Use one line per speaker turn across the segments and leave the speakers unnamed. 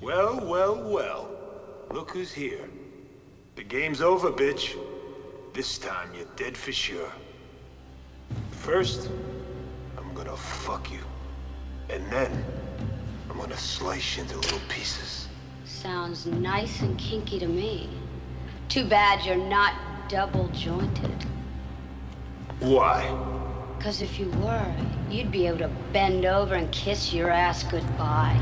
Well, well, well. Look who's here. The game's over, bitch. This time you're dead for sure. First, I'm gonna fuck you. And then, I'm gonna slice you into little pieces.
Sounds nice and kinky to me. Too bad you're not double jointed.
Why?
Because if you were, you'd be able to bend over and kiss your ass goodbye.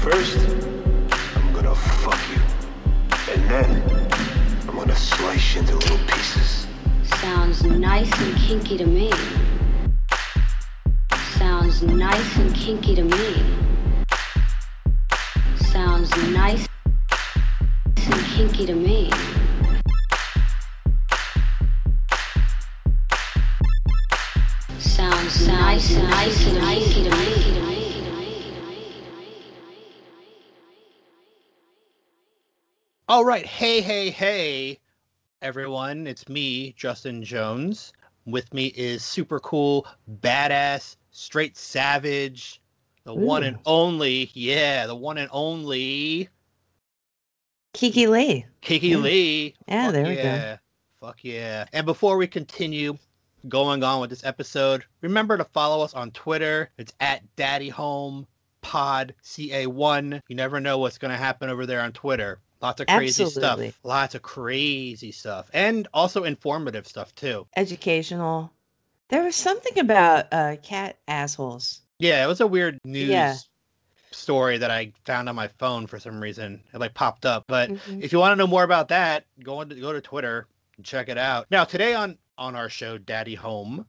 First, I'm gonna fuck you. And then, I'm gonna slice you into little pieces.
Sounds nice and kinky to me. Sounds nice and kinky to me. Sounds nice and kinky to me. Sounds nice and nice and kinky to me.
All right, hey, hey, hey, everyone. It's me, Justin Jones. With me is super cool, badass, straight savage, the one and only, yeah, the one and only
Kiki Lee.
Kiki
Yeah.
Lee.
Yeah,
Fuck
there we go.
yeah. Fuck yeah. And before we continue going on with this episode, remember to follow us on Twitter. It's at Daddy Home Pod CA1. You never know what's going to happen over there on Twitter. Lots of crazy
Absolutely.
stuff. Lots of crazy stuff. And also informative stuff, too.
Educational. There was something about uh, cat assholes.
Yeah, it was a weird news
Yeah.
story that I found on my phone for some reason. It like popped up. But
Mhm.
if you want to know more about that, go on to go to Twitter and check it out. Now today on on our show, Daddy Home,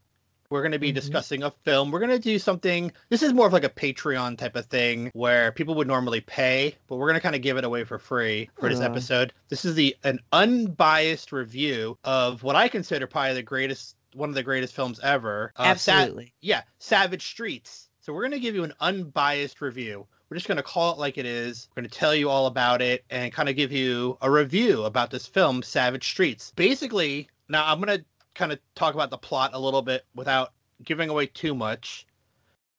we're going to be
Mhm.
discussing a film. We're going to do something. This is more of like a Patreon type of thing where people would normally pay, but we're going to kind of give it away for free for this
Aw.
episode. This is the an unbiased review of what I consider probably the greatest one of the greatest films ever. Uh, Sa-
Absolutely.
yeah, Savage Streets. So we're going to give you an unbiased review. We're just going to call it like it is. We're going to tell you all about it and kind of give you a review about this film, Savage Streets. Basically, now I'm going to kind of talk about the plot a little bit without giving away too much.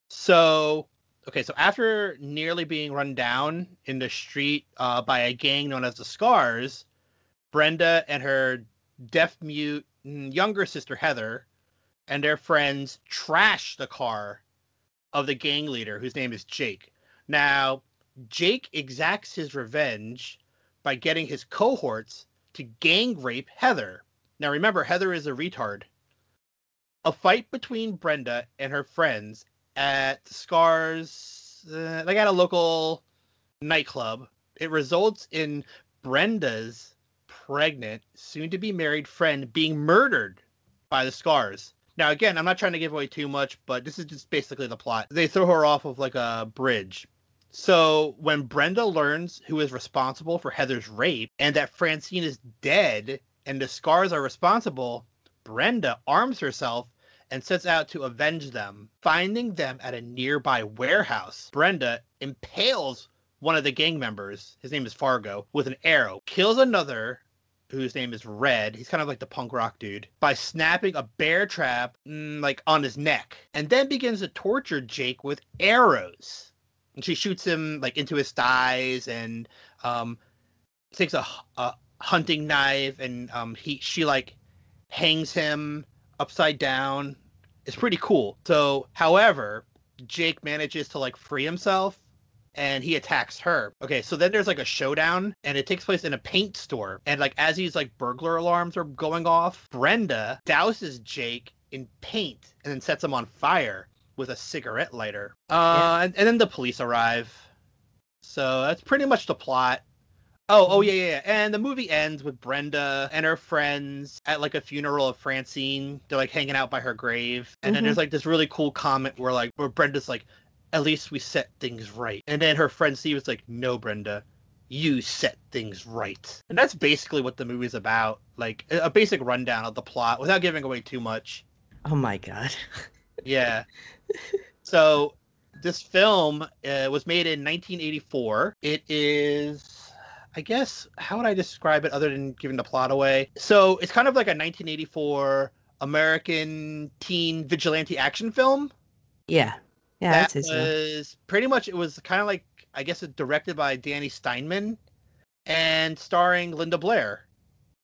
So, okay, so after nearly being run down in the street uh, by a gang known as the Scars, Brenda and her deaf mute mm, younger sister Heather and their friends trash the car of the gang leader, whose name is Jake. Now, Jake exacts his revenge by getting his cohorts to gang rape Heather. Now, remember, Heather is a retard. A fight between Brenda and her friends at Scars, uh, like at a local nightclub. It results in Brenda's pregnant, soon to be married friend being murdered by the Scars. Now, again, I'm not trying to give away too much, but this is just basically the plot. They throw her off of like a bridge. So when Brenda learns who is responsible for Heather's rape and that Francine is dead and the scars are responsible, Brenda arms herself and sets out to avenge them. Finding them at a nearby warehouse, Brenda impales one of the gang members, his name is Fargo, with an arrow, kills another whose name is Red. He's kind of like the punk rock dude by snapping a bear trap mm, like on his neck, and then begins to torture Jake with arrows. And she shoots him like into his thighs and um, takes a, h- a hunting knife and um, he she like hangs him upside down. It's pretty cool. So, however, Jake manages to like free himself and he attacks her. Okay, so then there's like a showdown and it takes place in a paint store. And like as these like burglar alarms are going off, Brenda douses Jake in paint and then sets him on fire with a cigarette lighter. Uh and, and then the police arrive. So that's pretty much the plot. Oh, oh yeah, yeah, yeah. And the movie ends with Brenda and her friends at like a funeral of Francine. They're like hanging out by her grave. And then
Mhm.
there's like this really cool comment where like where Brenda's like, at least we set things right. And then her friend Steve was like, no, Brenda, you set things right. And that's basically what the movie's about. Like a a basic rundown of the plot without giving away too much.
Oh my god.
Yeah. so This film uh, was made in 1984. It is, I guess, how would I describe it other than giving the plot away? So it's kind of like a 1984 American teen vigilante action film.
Yeah. Yeah,
that
that's his name.
was pretty much it was kind of like I guess it's directed by Danny Steinman and starring Linda Blair.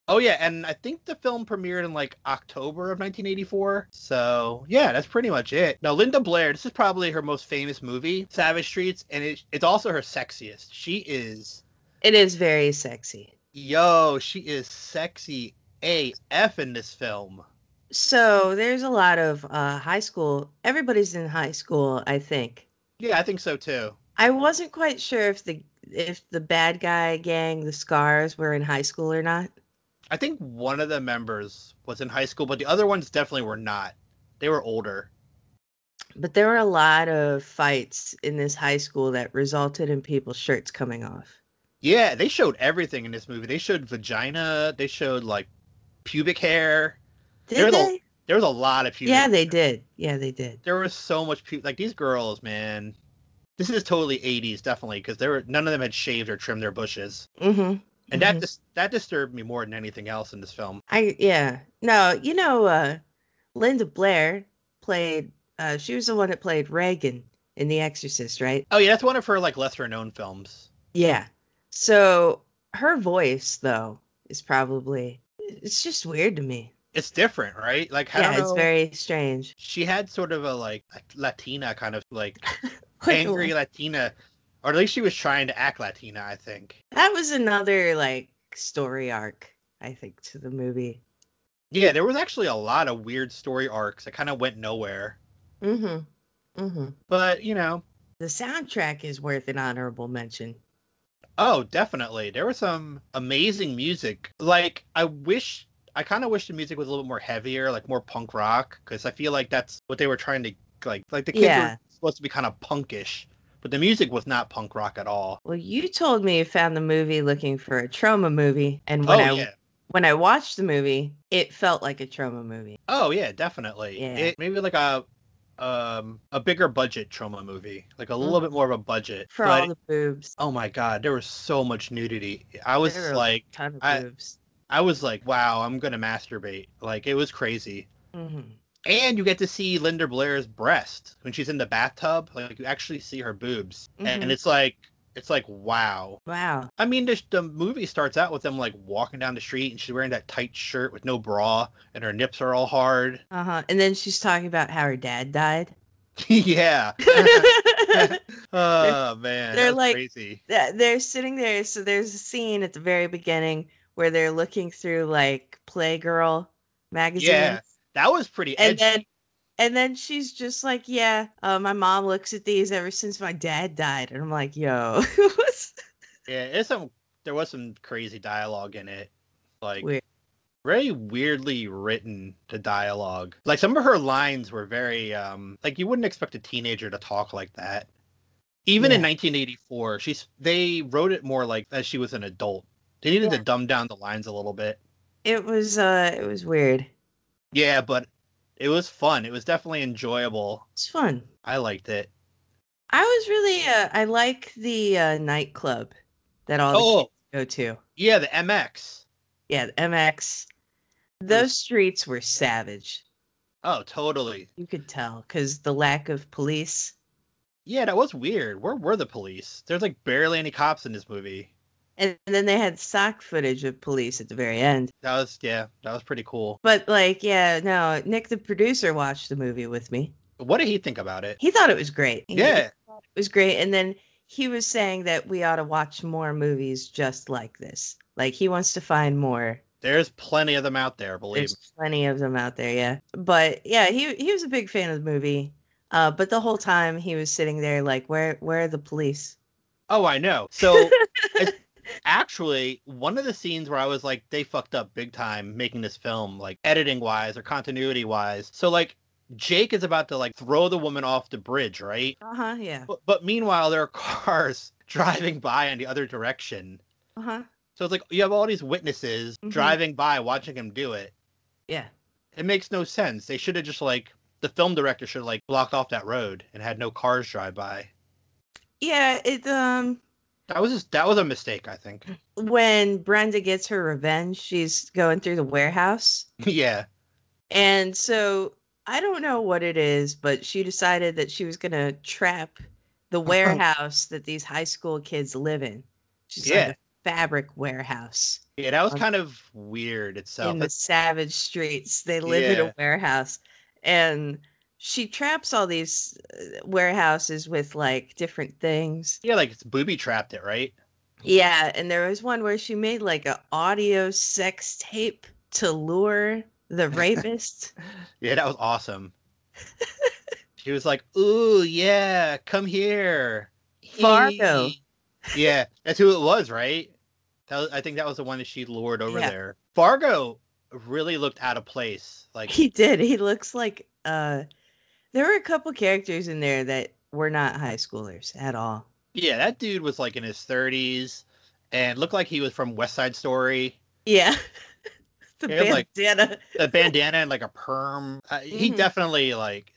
Oh yeah, and I think the film premiered in like October of 1984. So yeah, that's pretty much it. Now Linda Blair, this is probably her most famous movie, Savage Streets, and it, it's also her sexiest. She is
It is very sexy.
yo, she is sexy AF in this film.
So there's a lot of uh, high school. Everybody's in high school, I think.
Yeah, I think so too.
I wasn't quite sure if the if the bad guy gang, the scars, were in high school or not.
I think one of the members was in high school, but the other ones definitely were not. They were older.
But there were a lot of fights in this high school that resulted in people's shirts coming off.
Yeah, they showed everything in this movie. They showed vagina. They showed like pubic hair. There
Did
was a-
they?
There was a lot of pubic.
Yeah, they
hair.
did. Yeah, they did.
There was so much pubic. Like these girls, man. This is totally 80s, definitely, because there were none of them had shaved or trimmed their bushes,
Mm-hmm.
and that dis- that disturbed me more than anything else in this film.
I yeah. No, you know, uh, Linda Blair played. Uh, she was the one that played Reagan in The Exorcist, right?
Oh yeah, that's one of her like lesser known films.
Yeah. So her voice, though, is probably it's just weird to me.
It's different, right? Like how
Yeah, it's very strange.
she had sort of a like a Latina kind of like angry Latina, or at least she was trying to act Latina. I think.
That was another like story arc, I think, to the movie.
Yeah, there was actually a lot of weird story arcs that kind of went nowhere.
Mm-hmm. Mm-hmm.
But you know,
The soundtrack is worth an honorable mention.
oh, definitely, there was some amazing music. Like I wish, I kind of wish the music was a little bit more heavier, like more punk rock, because I feel like that's what they were trying to like. Like the kids
Yeah.
were supposed to be kind of punkish, but the music was not punk rock at all.
Well, you told me you found the movie looking for a trauma movie, and
Oh
when I
yeah,
when I watched the movie, it felt like a trauma movie.
oh yeah, definitely.
Yeah.
It maybe like a um a bigger budget trauma movie, like a little bit more of a budget.
Mm-hmm. For
but
all the boobs,
oh my god, there was so much nudity. I was
There are-
like.
ton of
I-
boobs.
I was like, wow, I'm gonna masturbate. Like it was crazy.
hmm
And you get to see Linda Blair's breast when she's in the bathtub. Like you actually see her boobs, and
Mhm.
it's like it's like wow.
Wow.
I mean, the, the movie starts out with them like walking down the street, and she's wearing that tight shirt with no bra, and her nips are all hard.
Uh huh. And then she's talking about how her dad died.
yeah. oh man, that
they're
was
like-
crazy.
Th- they're sitting there. So there's a scene at the very beginning where they're looking through like Playgirl magazines,
That was pretty edgy.
and then and then she's just like, "Yeah, uh, my mom looks at these ever since my dad died," and I'm like, "Yo, what's-
Yeah, it's some. There was some crazy dialogue in it, like
Weird.
very weirdly written. The dialogue, like some of her lines were very, um, like you wouldn't expect a teenager to talk like that. Even in
Yeah.
1984, she's they wrote it more like as she was an adult. They needed to dumb down the lines a little bit.
it was uh, it was weird.
Yeah, but it was fun. It was definitely enjoyable.
It's fun.
I liked it.
I was really uh, I like the uh, nightclub that all the
Oh,
kids go to.
yeah, the MX.
Yeah, the MX. Those streets were savage.
Oh, totally.
You could tell because the lack of police.
Yeah, that was weird. Where were the police? There's like barely any cops in this movie.
And then they had stock footage of police at the very end.
That was yeah, that was pretty cool.
But like, yeah, no, Nick the producer watched the movie with me.
What did he think about it?
He thought it was great. He
Yeah,
thought it was great. And then he was saying that we ought to watch more movies just like this. Like he wants to find more.
there's plenty of them out there, believe me.
There's plenty of them out there, yeah. But yeah, he he was a big fan of the movie. Uh, but the whole time he was sitting there like, where where are the police?
Oh, I know. So it's- actually one of the scenes where I was like they fucked up big time making this film like editing wise or continuity wise. So like Jake is about to like throw the woman off the bridge, right?
Uh huh. Yeah.
But, but meanwhile there are cars driving by in the other direction.
Uh huh.
So it's like you have all these witnesses
Mhm.
driving by watching him do it.
Yeah.
It makes no sense. They should have just like the film director should have like blocked off that road and had no cars drive by.
Yeah, it um
That was just, that was a mistake, I think.
when Brenda gets her revenge, she's going through the warehouse.
yeah,
And so I don't know what it is, but she decided that she was going to trap the warehouse that these high school kids live in. She's
Yeah.
like a fabric warehouse
yeah, that was
Um,
kind of weird itself.
in the savage streets. They live in
Yeah.
a warehouse. And she traps all these uh, warehouses with like different things.
yeah, like it's booby trapped it, right?
Yeah. And there was one where she made like an audio sex tape to lure the rapist.
Yeah, that was awesome. she was like, "Ooh, yeah, come here,
Fargo.
Eee." yeah, that's who it was, right? That was, I think that was the one that she lured over
Yeah.
there. Fargo really looked out of place. Like,
he did he looks like uh there were a couple characters in there that were not high schoolers at all
yeah, that dude was like in his thirties and looked like he was from West Side Story.
yeah the
Yeah, like-
bandana
A bandana and like a perm. Uh, He
Mhm.
definitely like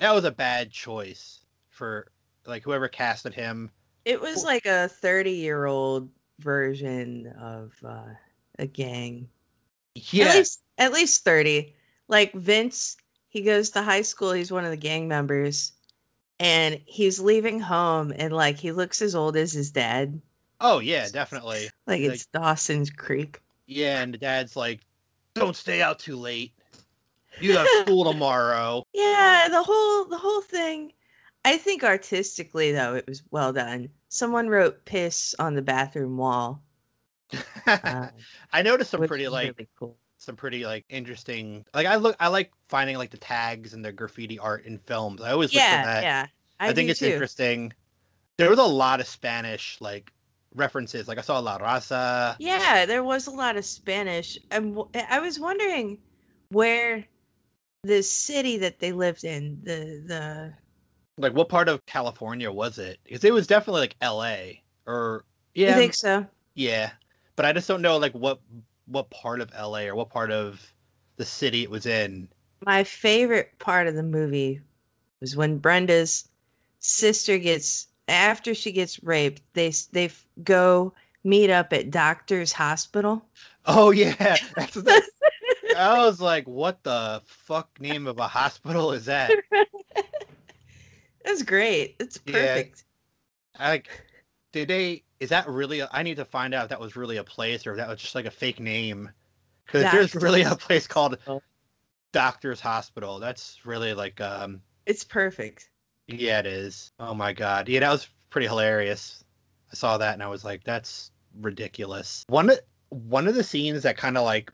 that was a bad choice for like whoever casted him.
it was like a 30 year old version of uh a gang
Yeah,
at least at least 30 like vince he goes to high school he's one of the gang members and he's leaving home and like he looks as old as his dad
oh yeah, definitely. Like-
like it's dawson's creek
Yeah, and the dad's like, "Don't stay out too late. You got school tomorrow."
Yeah, the whole the whole thing. I think artistically though it was well done. Someone wrote piss on the bathroom wall. uh,
I noticed some
which
pretty
was
like
really cool.
some pretty like interesting like I look I like finding like the tags and the graffiti art in films. I always look
Yeah,
for that.
yeah. I,
I, think
do
it's
too.
interesting. There was a lot of Spanish like references. Like I saw La Raza.
Yeah, there was a lot of Spanish. And w- eh, I was wondering where the city that they lived in, the the
Like what part of California was it? Because it was definitely like L.A. or
You
yeah,
think so?
Yeah, but I just don't know like what what part of LA or what part of the city it was in.
My favorite part of the movie was when Brenda's sister gets after she gets raped. They s- they f- go meet up at doctor's hospital.
Oh yeah, that's the, I was like, what the fuck name of a hospital is that?
That's great. It's
Yeah.
perfect.
I, like, did they? Is that really? A, I need to find out if that was really a place or if that was just like a fake name. Because there's
Doctor's
really a place called
Hospital.
Doctor's Hospital. That's really like um
It's perfect.
Yeah, it is. Oh my god. Yeah, that was pretty hilarious. I saw that and I was like, that's ridiculous. One of one of the scenes that kind of like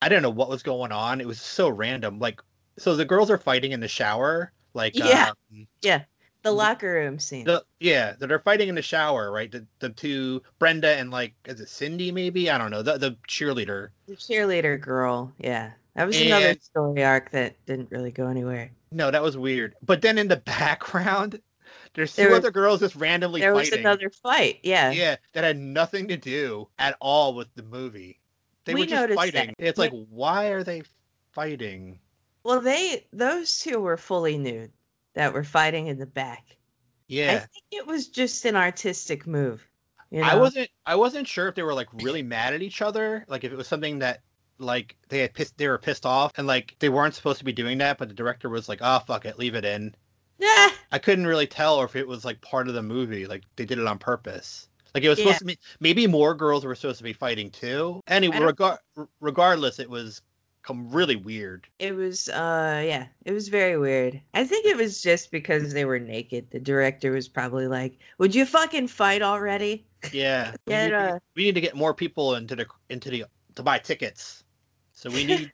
I don't know what was going on. It was so random. Like so the girls are fighting in the shower. Like
Yeah.
um,
The
Mm.
locker room scene.
the, yeah, that are fighting in the shower, right? The the two Brenda and like is it Cindy maybe? I don't know. The the cheerleader.
The cheerleader girl. Yeah. That was another
And-
story arc that didn't really go anywhere.
No, that was weird. But then in the background, there's two
There was-
other girls just randomly
There was
fighting.
another fight. Yeah.
yeah, that had nothing to do at all with the movie. They
We
were just
noticed that.
fighting. It's like, why are they fighting?
Well, they those two were fully nude that were fighting in the back. I
Yeah,
think it was just an artistic move. You know?
I wasn't. I wasn't sure if they were like really mad at each other, like if it was something that like they had pissed. They were pissed off, and like they weren't supposed to be doing that, but the director was like, "Oh fuck it, leave it in."
Nah.
I couldn't really tell, or if it was like part of the movie, like they did it on purpose. Like it was
Yeah.
supposed to be. Maybe more girls were supposed to be fighting too. Anyway,
I don't-
regar- regardless, it was come really weird.
It was uh yeah, it was very weird. I think it was just because they were naked. The director was probably like, "Would you fucking fight already?"
Yeah. we
Get,
need to-
uh,
we need to get more people into the into the to buy tickets. So we need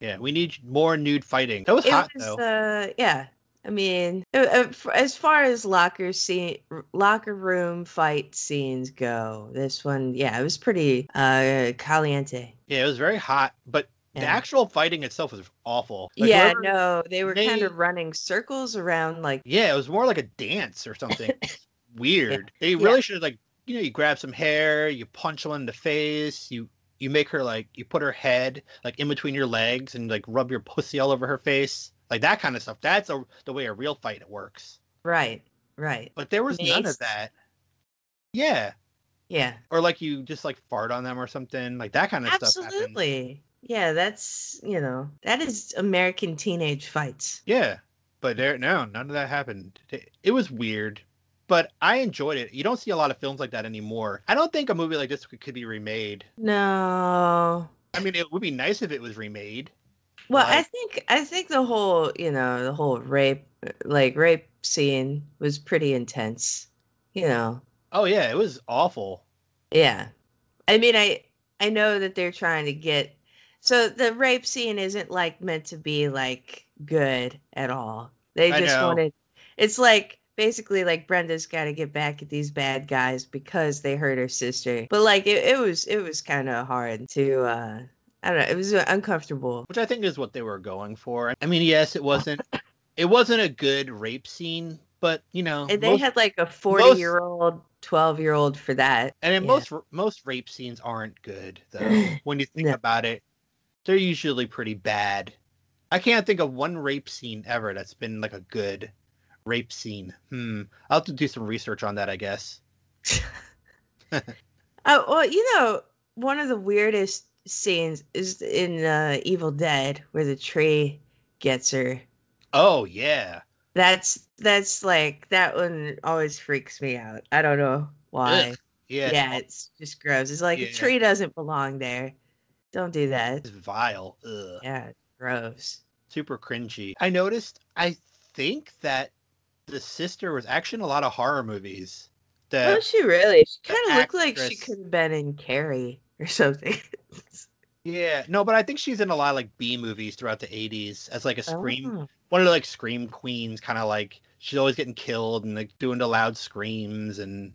yeah, we need more nude fighting. That was
It
hot
was
though.
uh yeah. I mean, uh, uh, f- as far as locker scene locker room fight scenes go, this one yeah, it was pretty uh caliente.
yeah, it was very hot, but the
Yeah.
actual fighting itself was awful. Like,
yeah,
whoever-
no, they were
they-
kind of running circles around like
Yeah, it was more like a dance or something. Weird. They really should have like you know, you grab some hair, you punch someone in the face, you you make her like you put her head like in between your legs and like rub your pussy all over her face. like that kind of stuff. That's a, the way a real fight works.
Right. Right.
But there was none
Mace.
of that. Yeah,
Yeah.
or like you just like fart on them or something like that kind of stuff. happened.
Absolutely. Yeah, that's you know that is American teenage fights.
Yeah, but there no, none of that happened. It- It was weird, but I enjoyed it. You don't see a lot of films like that anymore. I don't think a movie like this could, could be remade.
No.
I mean, it would be nice if it was remade.
Well, I
Like-
think I think the whole you know the whole rape like rape scene was pretty intense. You know.
Oh yeah, it was awful.
Yeah. I mean, I I know that they're trying to get so the rape scene isn't like meant to be like good at all. They
I
just
know.
wanted it's like basically like Brenda's got to get back at these bad guys because they hurt her sister. But like it, it was it was kind of hard to uh I don't know, it was uncomfortable.
which I think is what they were going for. I mean, yes, it wasn't it wasn't a good rape scene, but you know,
And they
most-
had like a 40-year-old, 12-year-old for that.
and then
yeah.
most most rape scenes aren't good though. when you think
No.
about it, they're usually pretty bad. I can't think of one rape scene ever that's been like a good rape scene. Hmm. I'll have to do some research on that, I guess.
Oh, well, you know, one of the weirdest scenes is in uh, Evil Dead where the tree gets her.
Oh yeah.
That's that's like that one always freaks me out. I don't know why.
Ugh. Yeah.
Yeah, it's just gross. It's like
Yeah.
a tree doesn't belong there. Don't do that.
It's vile. Ugh.
Yeah, gross.
super cringy. I noticed, I think that the sister was actually in a lot of horror movies.
Oh,
That
she really? She
the
kind of looked like she
actress-
could have been in Carrie or something.
yeah, no, but I think she's in a lot of like B movies throughout the '80s as like a scream,
Oh,
one of the like scream queens, kind of like she's always getting killed and like doing the loud screams and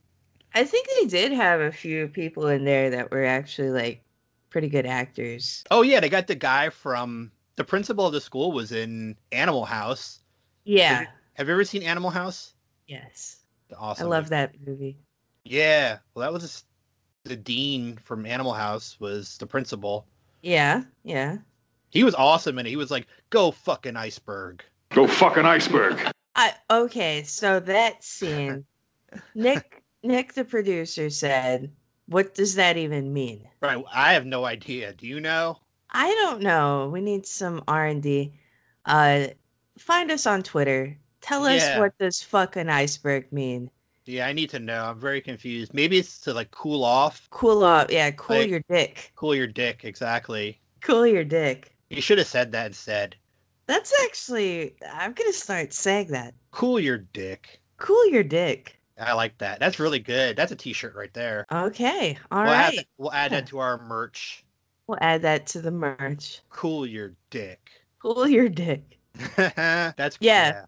I think they did have a few people in there that were actually like pretty good actors.
oh yeah, they got the guy from the principal of the school was in Animal House.
Yeah.
Have you ever seen Animal House?
Yes.
Awesome.
I love that movie.
Yeah, well, that was s- the dean from Animal House was the principal.
Yeah. Yeah.
He was awesome and he was like, go fucking iceberg.
Go fucking iceberg.
I okay, so that scene Nick Nick the producer said, "What does that even mean?"
Right. I have no idea. Do you know?
I don't know. We need some R&D. Uh find us on Twitter. Tell us
Yeah.
what does fucking iceberg mean.
Yeah, I need to know. I'm very confused. Maybe it's to like cool off,
Cool off. Yeah, cool
Like-
your dick.
cool your dick. Exactly.
Cool your dick.
You should have said that instead.
That's actually I'm going to start saying that.
Cool your dick.
Cool your dick.
I like that. That's really good. That's a t shirt right there.
Okay. all
we'll, add
right.
that, we'll add
Yeah.
that to our merch.
We'll add that to the merch.
Cool your dick.
Cool your dick.
That's
Yeah.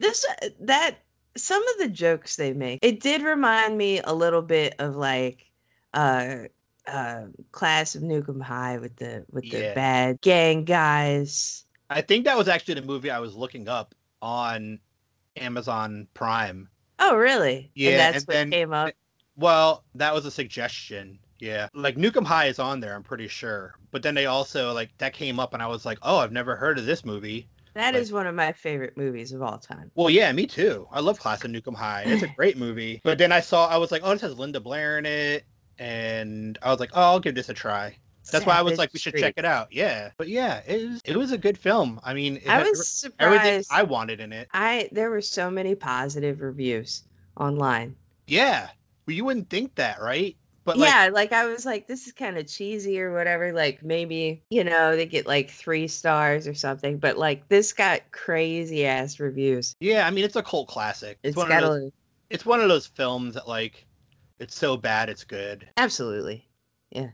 this uh, that some of the jokes they make it did remind me a little bit of like uh uh class of nukem high with the with the
Yeah.
bad gang guys
I think that was actually the movie I was looking up on Amazon Prime.
oh really
Yeah,
and that's
and
what
then-
came up
Well, that was a suggestion. Yeah. Like Nukem High is on there, I'm pretty sure. But then they also like that came up and I was like, "Oh, I've never heard of this movie."
That is
like-
one of my favorite movies of all time
Well, yeah, me too. I love Class of Nukem High. It's a great movie. But then I saw I was like, "Oh, this has Linda Blair in it." And I was like, "Oh, I'll give this a try." That's why I was
Savage
like, "We should check
Street.
it out." Yeah. But yeah, it was it was a good film. I mean, it
i
had
was
er- everything
surprised
I wanted in it.
I there were so many positive reviews online
Yeah. Well, you wouldn't think that, right? But like
yeah, like I was like, this is kind of cheesy or whatever. Like maybe you know they get like three stars or something, but like this got crazy ass reviews.
yeah, I mean, it's a cult classic.
It's
one of
got
those-
a,
it's one of those films that like it's so bad it's good
absolutely, yeah.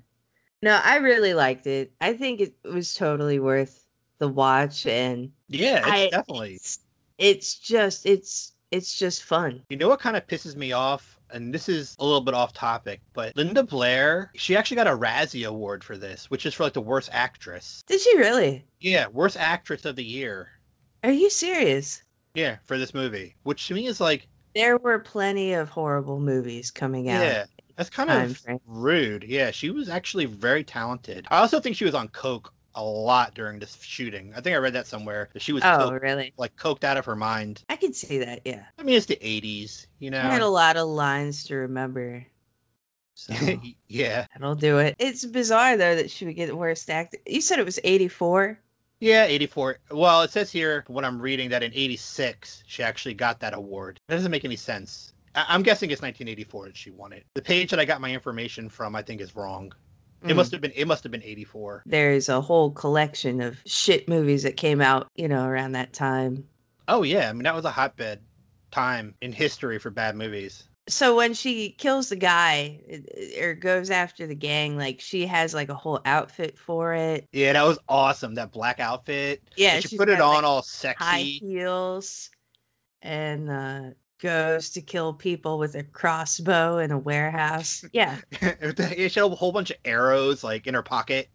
No, I really liked it. I think it was totally worth the watch, and
yeah it's
I-
definitely
it's, it's just it's it's just fun.
you know what kind of pisses me off and this is a little bit off topic but linda blair she actually got a razzie award for this which is for like the worst actress
Did she really?
yeah worst actress of the year
Are you serious?
yeah for this movie which to me is like
There were plenty of horrible movies coming
yeah,
out.
that's kind
Time
of
frame.
rude yeah she was actually very talented i also think she was on coke a lot during this shooting. I think I read that somewhere. that She was
Oh,
coked-
really?
like coked out of her mind.
I can see that. Yeah.
I mean, it's the 80s, you know?
I had a lot of lines to remember. So
yeah.
that'll do it. It's bizarre though that she would get worst actor. You said it was 84.
Yeah, 84. Well, it says here when I'm reading that in 86, she actually got that award. That doesn't make any sense. I- I'm guessing it's 1984 that she won it. The page that I got my information from, I think, is wrong. It
Mm.
must have been. It must have been 84.
There's a whole collection of shit movies that came out, you know, around that time.
Oh yeah, I mean that was a hotbed time in history for bad movies.
So when she kills the guy it- or goes after the gang, like she has like a whole outfit for it.
Yeah, that was awesome. That black outfit.
Yeah,
And she
she's
put it
got,
on
like,
all
high
sexy.
heels and uh goes to kill people with a crossbow in a warehouse. Yeah.
yeah, she had a whole bunch of arrows like in her pocket.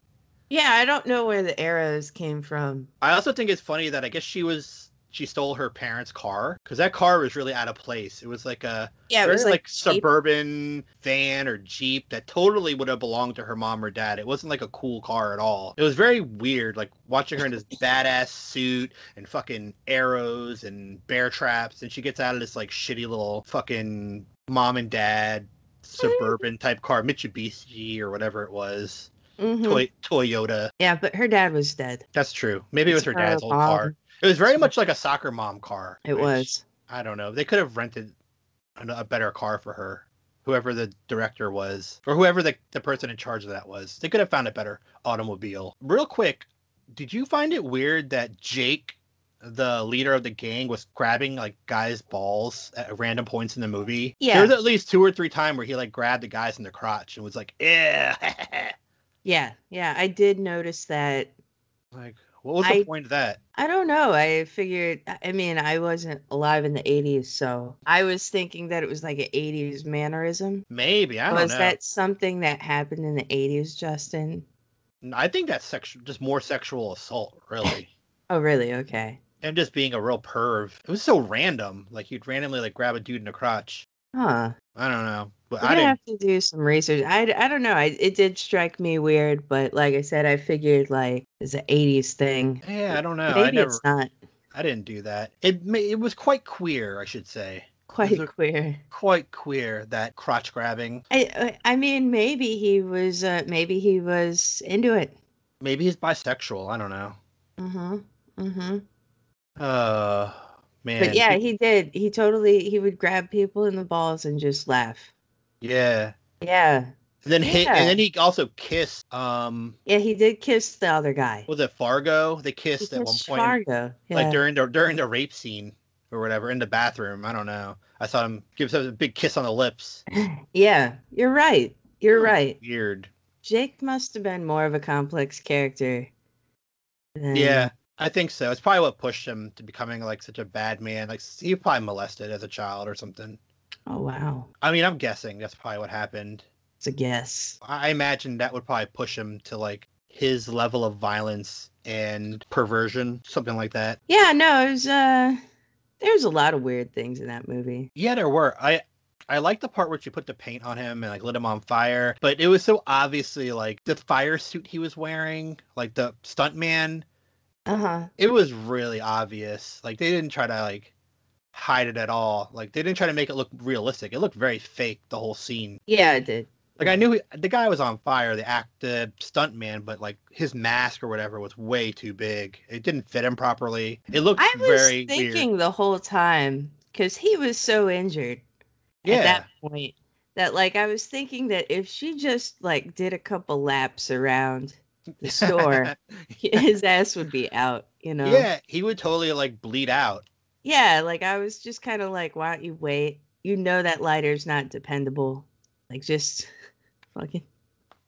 Yeah, I don't know where the arrows came from.
I also think it's funny that I guess she was she stole her parents' car because that car was really out of place. It was like a
Yeah, it
very,
was
like,
like, cheap.
suburban van or jeep that totally would have belonged to her mom or dad. It wasn't like a cool car at all. It was very weird, like watching her in this badass suit and fucking arrows and bear traps, and she gets out of this like shitty little fucking mom and dad suburban type car, Mitsubishi or whatever it was,
Mhm.
Toy- Toyota.
Yeah, but her dad was dead.
That's true. Maybe it was
It's
her
her
dad's old
mom.
car. It was very much like a soccer mom car.
It
which,
was.
I don't know. They could have rented an- a better car for her. Whoever the director was, or whoever the, the person in charge of that was, they could have found a better automobile. Real quick, did you find it weird that Jake, the leader of the gang, was grabbing like guys' balls at random points in the movie?
Yeah.
There was at least two or three times where he like grabbed the guys in the crotch and was like, "Yeah."
Yeah, yeah, I did notice that.
like, what was the
I-
point of that?
I don't know. I figured, I- I mean, I wasn't alive in the 80s, so I was thinking that it was like an 80s mannerism.
Maybe I don't
was
know.
that something that happened in the 80s, Justin?
N- I think that's sexual, just more sexual assault, really.
Oh, really? Okay.
and just being a real perv. It was so random. Like you'd randomly like grab a dude in the crotch.
Huh.
I don't know, but
We're
I
gonna
didn't.
have to do some research. I, d- I don't know. I, it did strike me weird, but like I said, I figured like it's an 80s thing.
yeah, I don't know.
Maybe
I never.
it's not
I didn't do that. It ma- it was quite queer, I should say.
quite
look-
queer.
Quite queer that crotch grabbing.
I uh, I I mean, maybe he was uh, maybe he was into it.
Maybe he's bisexual. I don't know.
Mm-hmm. Mm-hmm.
Uh, man.
But yeah,
he-
he did. He totally he would grab people in the balls and just laugh.
yeah.
Yeah.
And then hit,
Yeah.
and then he also kissed. Um,
Yeah, he did kiss the other guy.
was it Fargo? They kissed
He
at one
kissed
point. in-
Fargo. Yeah.
like during the during the rape scene or whatever in the bathroom. I don't know. I saw him give him a big kiss on the lips.
yeah. You're right.
Hmm.
You're right.
Weird.
Jake must have been more of a complex character. than-
Yeah, I think so. It's probably what pushed him to becoming like such a bad man. Like he was probably molested as a child or something.
Oh wow.
I mean, I'm guessing that's probably what happened.
It's a guess.
I I imagine that would probably push him to like his level of violence and perversion, something like that.
Yeah, no, it was uh there's a lot of weird things in that movie.
Yeah, there were. I I like the part where she put the paint on him and like lit him on fire, but it was so obviously like the fire suit he was wearing, like the stuntman.
Uh-huh.
It was really obvious. Like they didn't try to like hide it at all. Like they didn't try to make it look realistic. It looked very fake the whole scene.
Yeah, it did.
Like I knew he, the guy was on fire, the act the stuntman, but like his mask or whatever was way too big. It didn't fit him properly. It looked
I was
very
thinking
weird.
the whole time because he was so injured
Yeah.
at that point that like I was thinking that if she just like did a couple laps around the store, his ass would be out, you know?
Yeah, he would totally like bleed out.
Yeah, like I was just kind of like, why don't you wait? You know that lighter's not dependable. Like just fucking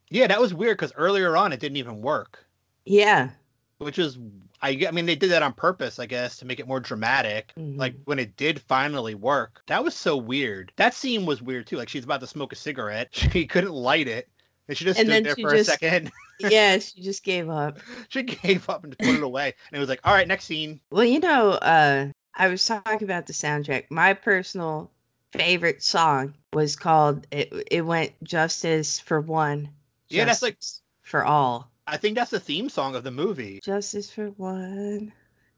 Yeah, that was weird because earlier on it didn't even work,
yeah.
which is I, g- I mean they did that on purpose, I guess, to make it more dramatic. Like
Mm-hmm.
when it did finally work, that was so weird. That scene was weird too. Like she's about to smoke a cigarette, she couldn't light it, and she just
And
stood
then
there
she
for
just-
a second.
Mm-hmm. yeah, she just gave up.
she gave up and put it away, and it was like, all right, next scene.
Well, you know, uh, I was talking about the soundtrack. My personal favorite song was called it. It went justice for one.
Yeah, that's like
justice for all.
I think that's the theme song of the movie.
Justice for one.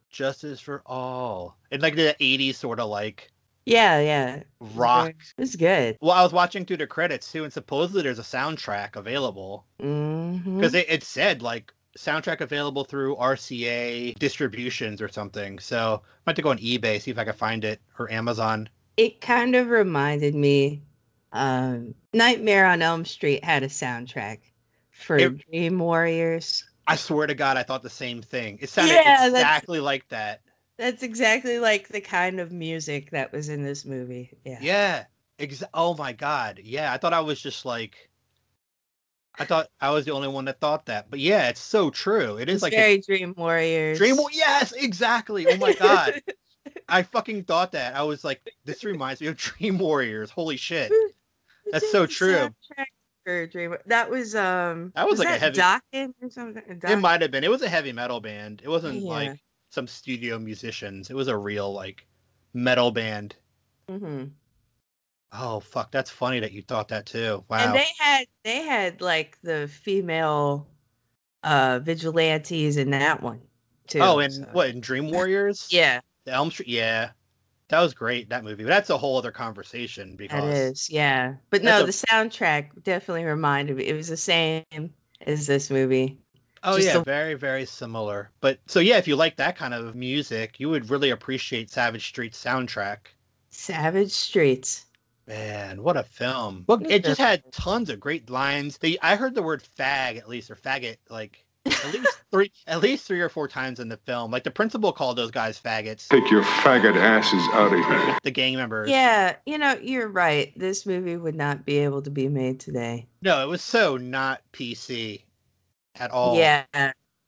Justice for all. And like the 80s sort of like
Yeah, yeah.
rock.
It's good.
Well, I was watching through the credits too, and supposedly there's a soundtrack available
hmm
because it, it said like soundtrack available through RCA distributions or something. So I might have to go on eBay see if I can find it or Amazon.
It kind of reminded me um Nightmare on Elm Street had a soundtrack for
It-
Dream Warriors.
I swear to God, I thought the same thing. It sounded
Yeah, that's-
exactly like that.
That's exactly like the kind of music that was in this movie. Yeah.
Yeah. Ex- oh my God. Yeah. I thought I was just like, I thought I was the only one that thought that. But yeah, it's so true. It is
It's
like a
very Dream Warriors.
dream. Yes, exactly. Oh my God. I fucking thought that. I was like, this reminds me of Dream Warriors. Holy shit. That's so
The
true.
soundtrack For Dream, that was um.
That was like a
that
heavy-
Dokken or something.
It
Dokken?
might have been. It was a heavy metal band. It wasn't
Yeah.
like some studio musicians. It was a real like metal band.
Mhm.
Oh fuck, that's funny that you thought that too. Wow.
And they had they had like the female uh vigilantes in that one too.
oh, and
so-
what in Dream Warriors?
Yeah,
The Elm Street. Yeah. That was great, that movie. But that's a whole other conversation
that
because
is. Yeah, but no, the
That's
soundtrack definitely reminded me. It was the same as this movie.
Oh
Just
yeah,
the-
very very similar. But so yeah, if you like that kind of music, you would really appreciate Savage Street's soundtrack.
Savage Streets.
Man, what a film! Well,
It
it just
definitely
had tons of great lines. They, I heard the word "fag" at least, or "faggot," like at least three, at least three or four times in the film. Like the principal called those guys "faggots,"
Take your faggot asses out of here.
the gang members.
Yeah, you know, you're right. This movie would not be able to be made today.
No, it was so not PC at all.
yeah.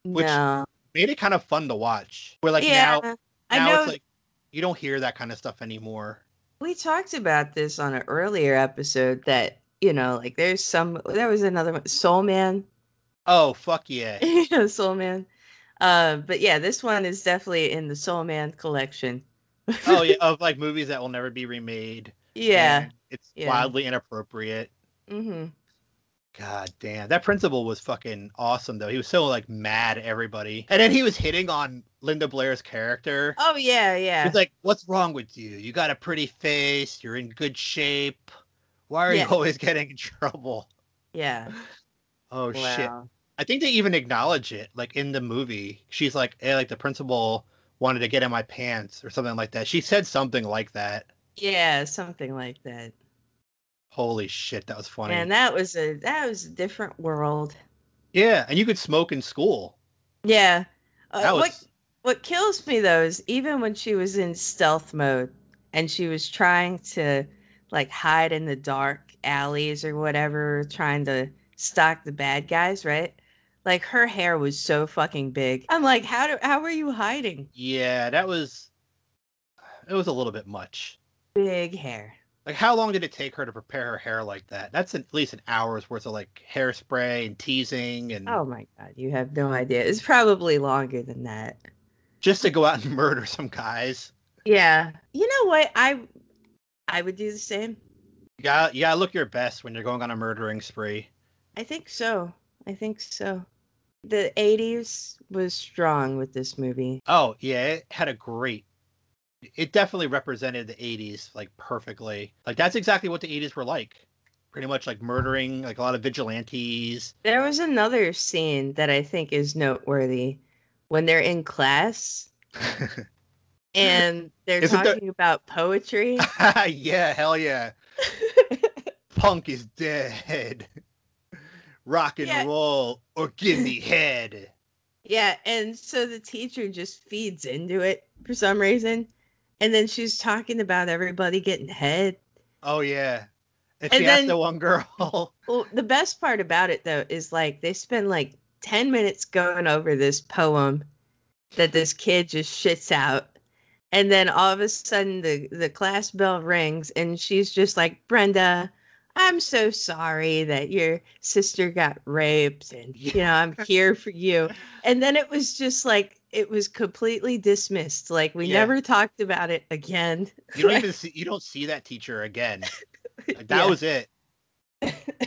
Which-
no.
made it kind of fun to watch. Where like
yeah.
now,
I
now
know
it's like you don't hear that kind of stuff anymore.
we talked about this on an earlier episode that, you know, like there's some there was another one, Soul Man.
Oh fuck yeah!
you know, Soul Man. Uh, but yeah, this one is definitely in the Soul Man collection.
oh yeah, of like movies that will never be remade.
Yeah.
and it's
yeah.
wildly inappropriate.
hmm
God damn, that principal was fucking awesome though. He was so like mad at everybody, and then he was hitting on Linda Blair's character.
Oh yeah, yeah.
He's like, "What's wrong with you? You got a pretty face. You're in good shape. Why are
Yeah.
you always getting in trouble?"
yeah.
Oh shit!
Wow.
I think they even acknowledge it, like in the movie. She's like, "Hey, like the principal wanted to get in my pants or something like that." She said something like that.
Yeah, something like that.
Holy shit, that was funny.
And that was a that was a different world.
yeah, and you could smoke in school.
Yeah. Uh,
That was
What what kills me though is even when she was in stealth mode and she was trying to like hide in the dark alleys or whatever, trying to stalk the bad guys, right? Like her hair was so fucking big. I'm like, how do how are you hiding?
yeah, that was. It was a little bit much.
Big hair.
Like, how long did it take her to prepare her hair like that? That's at least an hour's worth of like hairspray and teasing, and
Oh my god, you have no idea. It's probably longer than that.
just to go out and murder some guys.
Yeah. You know what? I I would do the same.
You got you gotta look your best when you're going on a murdering spree.
I think so. I think so. The 80s was strong with this movie.
Oh yeah, it had a great. It definitely represented the '80s like perfectly. Like that's exactly what the '80s were like. Pretty much like murdering, like a lot of vigilantes.
There was another scene that I think is noteworthy when they're in class and they're
Isn't there-
talking about poetry.
yeah, hell yeah. Punk is dead. Rock and
Yeah.
roll or give me head.
yeah, and so the teacher just feeds into it for some reason. And then she's talking about everybody getting head.
Oh yeah. And,
And
she asked
then-
the one girl.
Well, the best part about it though is like they spend like 10 minutes going over this poem that this kid just shits out. And then all of a sudden the the class bell rings and she's just like, "Brenda, I'm so sorry that your sister got raped and you know, I'm here for you." And then it was just like it was completely dismissed. Like we
Yeah.
never talked about it again.
You don't even see you don't see that teacher again. Like, that
Yeah.
was it.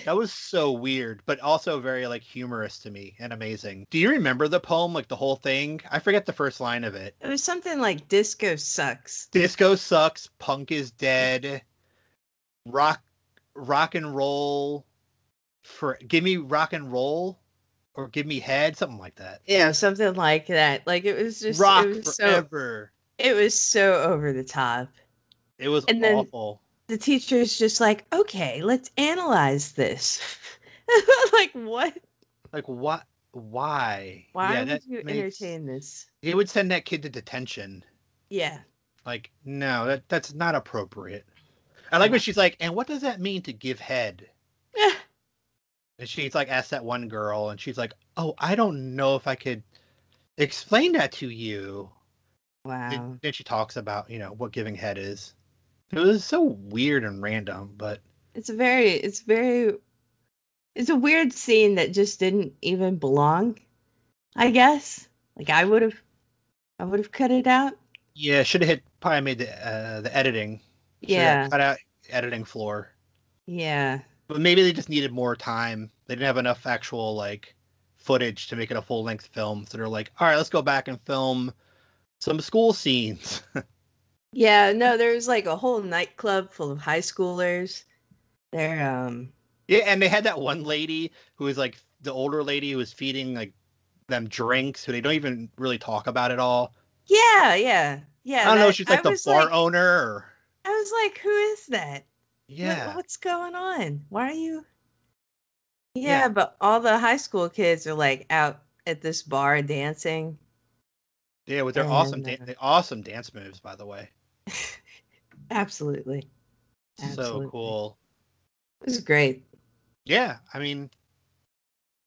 that was so weird, but also very like humorous to me and amazing. Do you remember the poem, like the whole thing? I forget the first line of it.
It was something like disco sucks.
Disco sucks, punk is dead, rock, rock and roll, for give me rock and roll, or give me head, something like that.
You know, something like that. Like it was just
rock
it was so
forever.
it was so over the top.
it was
and then-
awful.
The teacher's just like, okay, let's analyze this. like what?
Like what? Why?
Why
Yeah,
would
that
you
makes-
entertain this?
They would send that kid to detention.
Yeah.
Like, no, that that's not appropriate. I like when she's like, and what does that mean to give head?
Yeah.
And she's like, asked that one girl, and she's like, oh, I don't know if I could explain that to you. And
Wow.
Then she talks about, you know, what giving head is. It was so weird and random, but
It's a very it's very it's a weird scene that just didn't even belong, I guess. Like I would have I would have cut it out.
yeah, should have hit probably made the uh, the editing. shoulda
Yeah.
cut out editing floor.
Yeah.
But maybe they just needed more time. They didn't have enough actual like footage to make it a full length film. So they're like, all right, let's go back and film some school scenes.
Yeah, no, there was like a whole nightclub full of high schoolers. They're um
yeah, and they had that one lady who was like the older lady who was feeding like them drinks who they don't even really talk about at all.
yeah, yeah. Yeah.
I don't know,
that-
if she's like
I
the
was
bar
like-
owner or
I was like, who is that? What-
yeah.
what's going on? Why are you
Yeah.
yeah, but all the high school kids are like out at this bar dancing.
Yeah, with their
and,
awesome dan
uh,
the awesome dance moves, by the way.
Absolutely. Absolutely.
So cool.
It was great.
Yeah, I mean,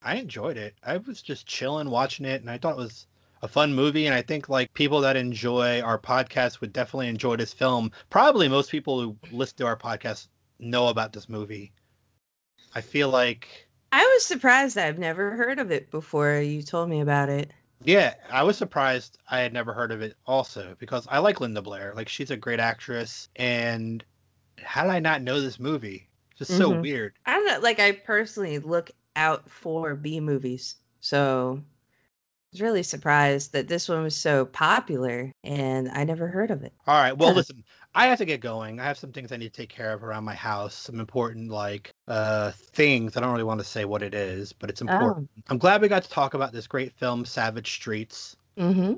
I enjoyed it. I was just chilling watching it, and I thought it was a fun movie. And I think like people that enjoy our podcast would definitely enjoy this film. Probably most people who listen to our podcast know about this movie. I feel like,
I was surprised I've never heard of it before you told me about it.
yeah, I was surprised I had never heard of it also because I like Linda Blair. Like she's a great actress, and how did I not know this movie? Just so
Mhm.
weird.
I don't know. Like I personally look out for B movies, so I was really surprised that this one was so popular, and I never heard of it.
All right. Well,
Yeah.
listen, I have to get going. I have some things I need to take care of around my house. Some important like uh things. I don't really want to say what it is, but
Oh.
it's important. I'm glad we got to talk about this great film, Savage Streets.
Mm-hmm.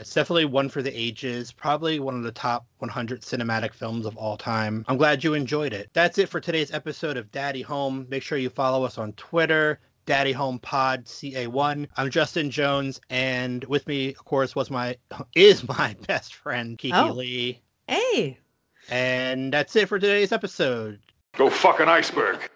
It's definitely one for the ages, probably one of the top 100 cinematic films of all time. I'm glad you enjoyed it. That's it for today's episode of Daddy Home. Make sure you follow us on Twitter, Daddy Home Pod CA1. I'm Justin Jones, and with me, of course, was my is my best friend Kiki
Oh.
Lee.
Hey,
And that's it for today's episode.
Go fuck an iceberg.